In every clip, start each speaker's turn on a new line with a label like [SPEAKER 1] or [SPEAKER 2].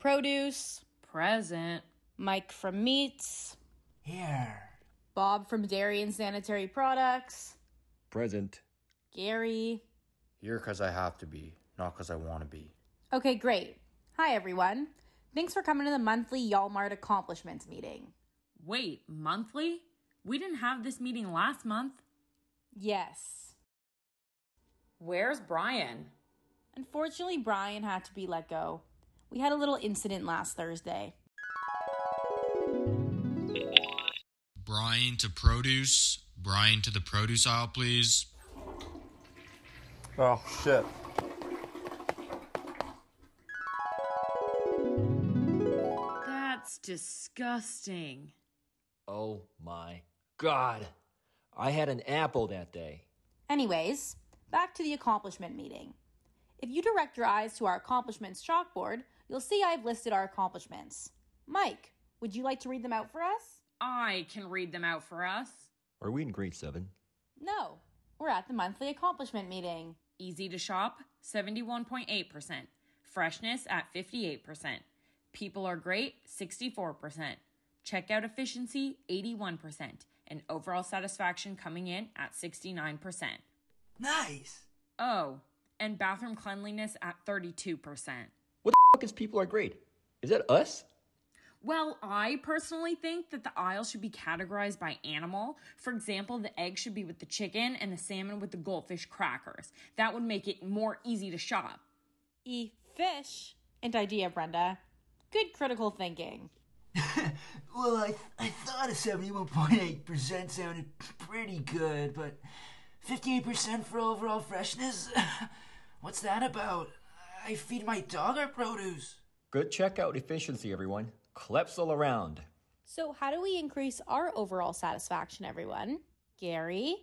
[SPEAKER 1] Produce,
[SPEAKER 2] Present.
[SPEAKER 1] Mike from Meats,
[SPEAKER 3] Here.
[SPEAKER 1] Bob from Dairy and Sanitary Products,
[SPEAKER 4] Present.
[SPEAKER 1] Gary.
[SPEAKER 5] Here 'cause I have to be, not 'cause I want to be.
[SPEAKER 1] Okay, great. Hi, everyone. Thanks for coming to the monthly Yalmart Accomplishments meeting.
[SPEAKER 2] Wait, monthly? We didn't have this meeting last month.
[SPEAKER 1] Yes.
[SPEAKER 2] Where's Brian?
[SPEAKER 1] Unfortunately, Brian had to be let go. We had a little incident last Thursday.
[SPEAKER 6] Brian to produce. Brian to the produce aisle, please.
[SPEAKER 3] Oh, shit.
[SPEAKER 2] That's disgusting.
[SPEAKER 4] Oh my god. I had an apple that day.
[SPEAKER 1] Anyways, back to the accomplishment meeting. If you direct your eyes to our accomplishments chalkboard, you'll see I've listed our accomplishments. Mike, would you like to read them out for us?
[SPEAKER 2] I can read them out for us.
[SPEAKER 4] Are we in grade 7?
[SPEAKER 1] No, we're at the monthly accomplishment meeting.
[SPEAKER 2] Easy to shop, 71.8%. Freshness at 58%. People are great, 64%. Checkout efficiency, 81%. And overall satisfaction coming in at 69%.
[SPEAKER 3] Nice.
[SPEAKER 2] Oh, and bathroom cleanliness at 32%.
[SPEAKER 4] What the fuck is people are grade? Is that us?
[SPEAKER 2] Well, I personally think that the aisle should be categorized by animal. For example, the egg should be with the chicken and the salmon with the goldfish crackers. That would make it more easy to shop.
[SPEAKER 1] E fish. And idea, Brenda. Good critical thinking.
[SPEAKER 3] Well, I, I thought a 71.8% sounded pretty good, but 58% for overall freshness? What's that about? I feed my dog our produce.
[SPEAKER 4] Good checkout efficiency, everyone. Claps all around.
[SPEAKER 1] So, how do we increase our overall satisfaction, everyone? Gary?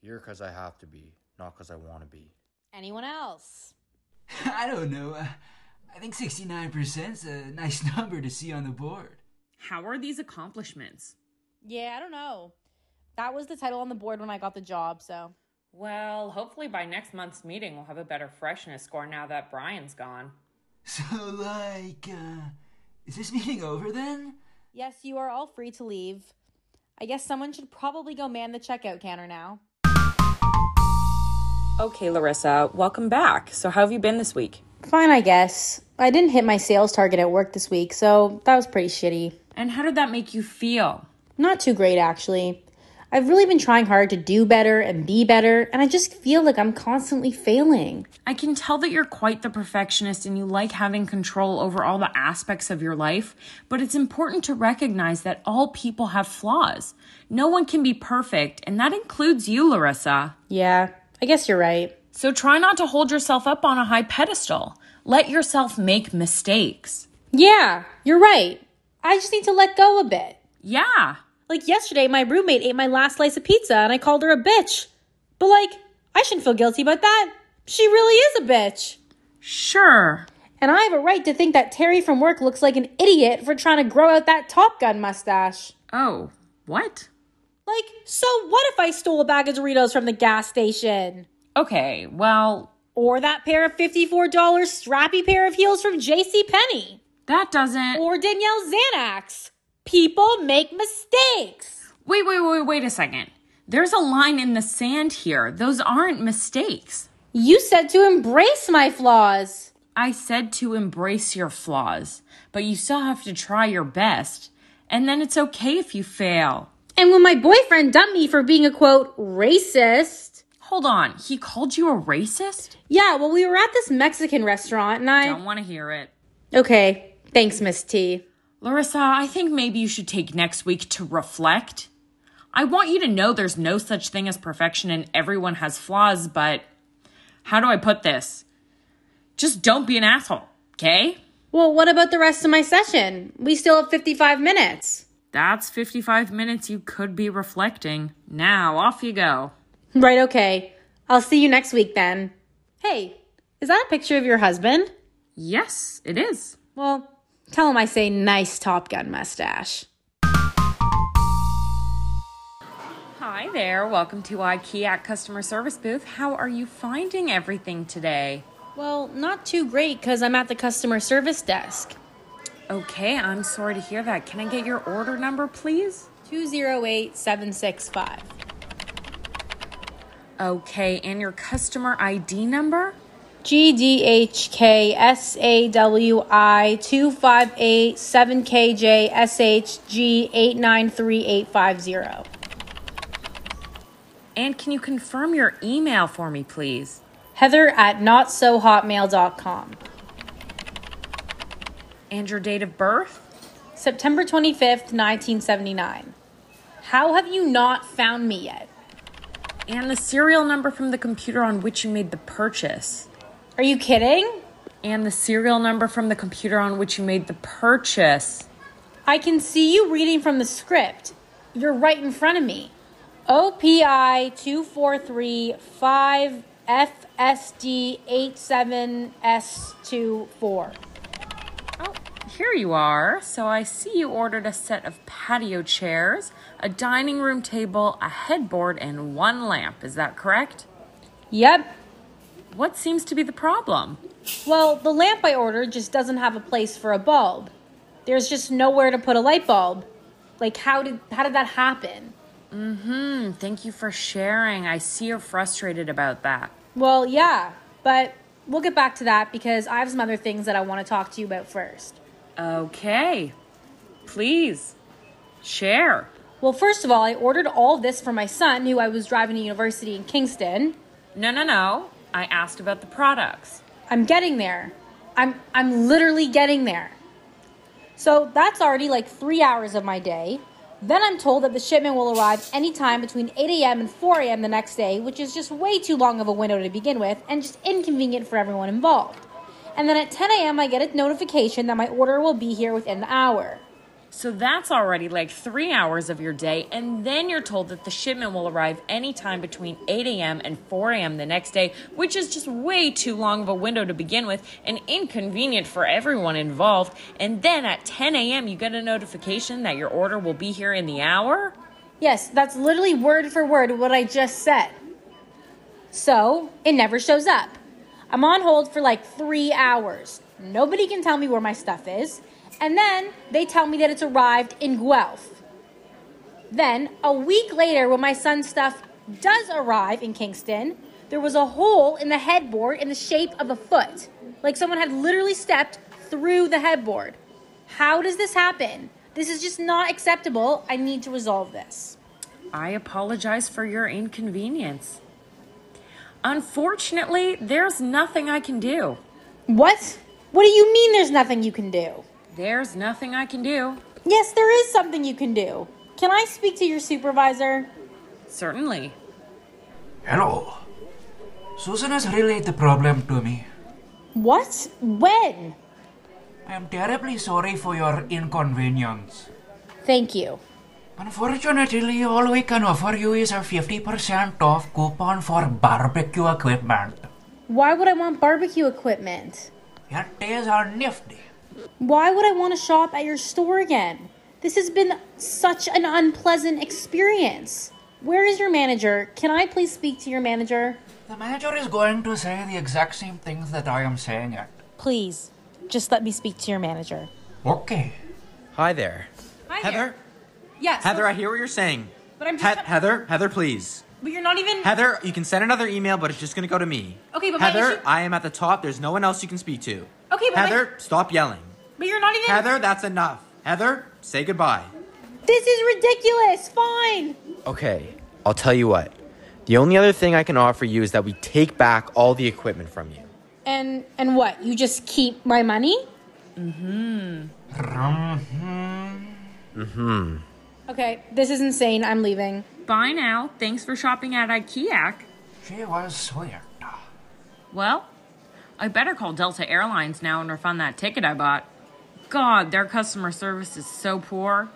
[SPEAKER 5] Here 'cause I have to be, not 'cause I want to be.
[SPEAKER 1] Anyone else?
[SPEAKER 3] I don't know. Uh, I think 69%'s a nice number to see on the board.
[SPEAKER 2] How are these accomplishments?
[SPEAKER 1] Yeah, I don't know. That was the title on the board when I got the job, so.
[SPEAKER 2] Well, hopefully by next month's meeting, we'll have a better freshness score now that Brian's gone.
[SPEAKER 3] So, like, uh, is this meeting over then?
[SPEAKER 1] Yes, you are all free to leave. I guess someone should probably go man the checkout counter now.
[SPEAKER 2] Okay, Larissa, welcome back. So, how have you been this week?
[SPEAKER 1] Fine, I guess. I didn't hit my sales target at work this week, so that was pretty shitty.
[SPEAKER 2] And how did that make you feel?
[SPEAKER 1] Not too great, actually. I've really been trying hard to do better and be better, and I just feel like I'm constantly failing.
[SPEAKER 2] I can tell that you're quite the perfectionist and you like having control over all the aspects of your life, but it's important to recognize that all people have flaws. No one can be perfect, and that includes you, Larissa.
[SPEAKER 1] Yeah, I guess you're right.
[SPEAKER 2] So try not to hold yourself up on a high pedestal. Let yourself make mistakes.
[SPEAKER 1] Yeah, you're right. I just need to let go a bit.
[SPEAKER 2] Yeah,
[SPEAKER 1] Like yesterday, my roommate ate my last slice of pizza and I called her a bitch. But, like, I shouldn't feel guilty about that. She really is a bitch.
[SPEAKER 2] sure.
[SPEAKER 1] And I have a right to think that Terry from work looks like an idiot for trying to grow out that Top Gun mustache.
[SPEAKER 2] Oh, what?
[SPEAKER 1] Like, so what if I stole a bag of Doritos from the gas station?
[SPEAKER 2] Okay, well,
[SPEAKER 1] Or that pair of $54 strappy pair of heels from JCPenney?
[SPEAKER 2] that doesn't.
[SPEAKER 1] Or Danielle Xanax? People make mistakes.
[SPEAKER 2] Wait, wait, wait, wait a second. There's a line in the sand here. Those aren't mistakes.
[SPEAKER 1] You said to embrace my flaws.
[SPEAKER 2] I said to embrace your flaws, but you still have to try your best. And then it's okay if you fail.
[SPEAKER 1] And when my boyfriend dumped me for being a quote, racist.
[SPEAKER 2] Hold on, he called you a racist?
[SPEAKER 1] Yeah, well, we were at this Mexican restaurant and I.
[SPEAKER 2] Don't want to hear it.
[SPEAKER 1] Okay, thanks, Miss T.
[SPEAKER 2] Larissa, I think maybe you should take next week to reflect. I want you to know there's no such thing as perfection and everyone has flaws, but how do I put this? Just don't be an asshole, okay?
[SPEAKER 1] Well, what about the rest of my session? We still have 55 minutes.
[SPEAKER 2] That's 55 minutes you could be reflecting. Now, off you go.
[SPEAKER 1] Right, okay. I'll see you next week then. Hey, is that a picture of your husband?
[SPEAKER 2] Yes, it is.
[SPEAKER 1] Well, tell him I say nice Top Gun mustache.
[SPEAKER 2] Hi there. Welcome to IKEA customer service booth. How are you finding everything today?
[SPEAKER 1] Well, not too great because I'm at the customer service desk.
[SPEAKER 2] Okay, I'm sorry to hear that. Can I get your order number, please?
[SPEAKER 1] 208765.
[SPEAKER 2] Okay, and your customer ID number?
[SPEAKER 1] GDHKSAWI 258 7KJSHG 893850.
[SPEAKER 2] And can you confirm your email for me, please?
[SPEAKER 1] Heather at notsohotmail.com.
[SPEAKER 2] And your date of birth?
[SPEAKER 1] September 25th, 1979. How have you not found me yet?
[SPEAKER 2] And the serial number from the computer on which you made the purchase?
[SPEAKER 1] Are you kidding?
[SPEAKER 2] And the serial number from the computer on which you made the purchase?
[SPEAKER 1] I can see you reading from the script. You're right in front of me. OPI 2435FSD87S24.
[SPEAKER 2] Oh, here you are. So I see you ordered a set of patio chairs, a dining room table, a headboard, and one lamp. Is that correct?
[SPEAKER 1] Yep.
[SPEAKER 2] What seems to be the problem?
[SPEAKER 1] Well, the lamp I ordered just doesn't have a place for a bulb. There's just nowhere to put a light bulb. Like how did how did that happen?
[SPEAKER 2] Hmm, thank you for sharing. I see you're frustrated about that.
[SPEAKER 1] Well, yeah, but we'll get back to that because I have some other things that I want to talk to you about first.
[SPEAKER 2] Okay. Please share.
[SPEAKER 1] Well, first of all, I ordered all this for my son who I was driving to university in Kingston.
[SPEAKER 2] No, no, no. I asked about the products.
[SPEAKER 1] I'm getting there. I'm I'm literally getting there. So that's already like three hours of my day. Then I'm told that the shipment will arrive anytime between 8 a.m. and 4 a.m. the next day, which is just way too long of a window to begin with and just inconvenient for everyone involved. And then at 10 a.m., I get a notification that my order will be here within the hour.
[SPEAKER 2] So that's already like three hours of your day, and then you're told that the shipment will arrive anytime between 8 a.m. and 4 a.m. the next day, which is just way too long of a window to begin with and inconvenient for everyone involved. And then at 10 a.m., you get a notification that your order will be here in the hour?
[SPEAKER 1] Yes, that's literally word for word what I just said. So, it never shows up. I'm on hold for like three hours. Nobody can tell me where my stuff is. And then they tell me that it's arrived in Guelph. Then, a week later, when my son's stuff does arrive in Kingston, there was a hole in the headboard in the shape of a foot. Like someone had literally stepped through the headboard. How does this happen? This is just not acceptable. I need to resolve this.
[SPEAKER 2] I apologize for your inconvenience. Unfortunately, there's nothing I can do.
[SPEAKER 1] What? What do you mean there's nothing you can do?
[SPEAKER 2] There's nothing I can do.
[SPEAKER 1] Yes, there is something you can do. Can I speak to your supervisor?
[SPEAKER 2] Certainly.
[SPEAKER 3] Hello. Susan has relayed the problem to me.
[SPEAKER 1] What? When?
[SPEAKER 3] I am terribly sorry for your inconvenience.
[SPEAKER 1] Thank you.
[SPEAKER 3] Unfortunately, all we can offer you is a 50% off coupon for barbecue equipment.
[SPEAKER 1] Why would I want barbecue equipment?
[SPEAKER 3] Your days are nifty.
[SPEAKER 1] Why would I want to shop at your store again? This has been such an unpleasant experience. Where is your manager? Can I please speak to your manager?
[SPEAKER 3] The manager is going to say the exact same things that I am saying it.
[SPEAKER 1] Please, just let me speak to your manager.
[SPEAKER 3] Okay.
[SPEAKER 7] Hi there.
[SPEAKER 1] Hi
[SPEAKER 7] Heather?
[SPEAKER 1] Yes.
[SPEAKER 7] Heather, I hear what you're saying.
[SPEAKER 1] But I'm
[SPEAKER 7] He- Heather, Heather, please.
[SPEAKER 1] but you're not even.
[SPEAKER 7] Heather, you can send another email, but it's just gonna go to me.
[SPEAKER 1] Okay, but my
[SPEAKER 7] Heather,
[SPEAKER 1] issue-
[SPEAKER 7] I am at the top. There's no one else you can speak to.
[SPEAKER 1] Okay, but my-
[SPEAKER 7] Heather, stop yelling.
[SPEAKER 1] But you're not even.
[SPEAKER 7] Heather, that's enough. Heather, say goodbye.
[SPEAKER 1] This is ridiculous. Fine.
[SPEAKER 5] Okay.
[SPEAKER 7] I'll tell you what. The only other thing I can offer you is that we take back all the equipment from you.
[SPEAKER 1] And and what? You just keep my money? Okay, this is insane. I'm leaving.
[SPEAKER 2] Bye now. Thanks for shopping at IKEA.
[SPEAKER 3] She was sweet.
[SPEAKER 2] Well, I better call Delta Airlines now and refund that ticket I bought. God, their customer service is so poor.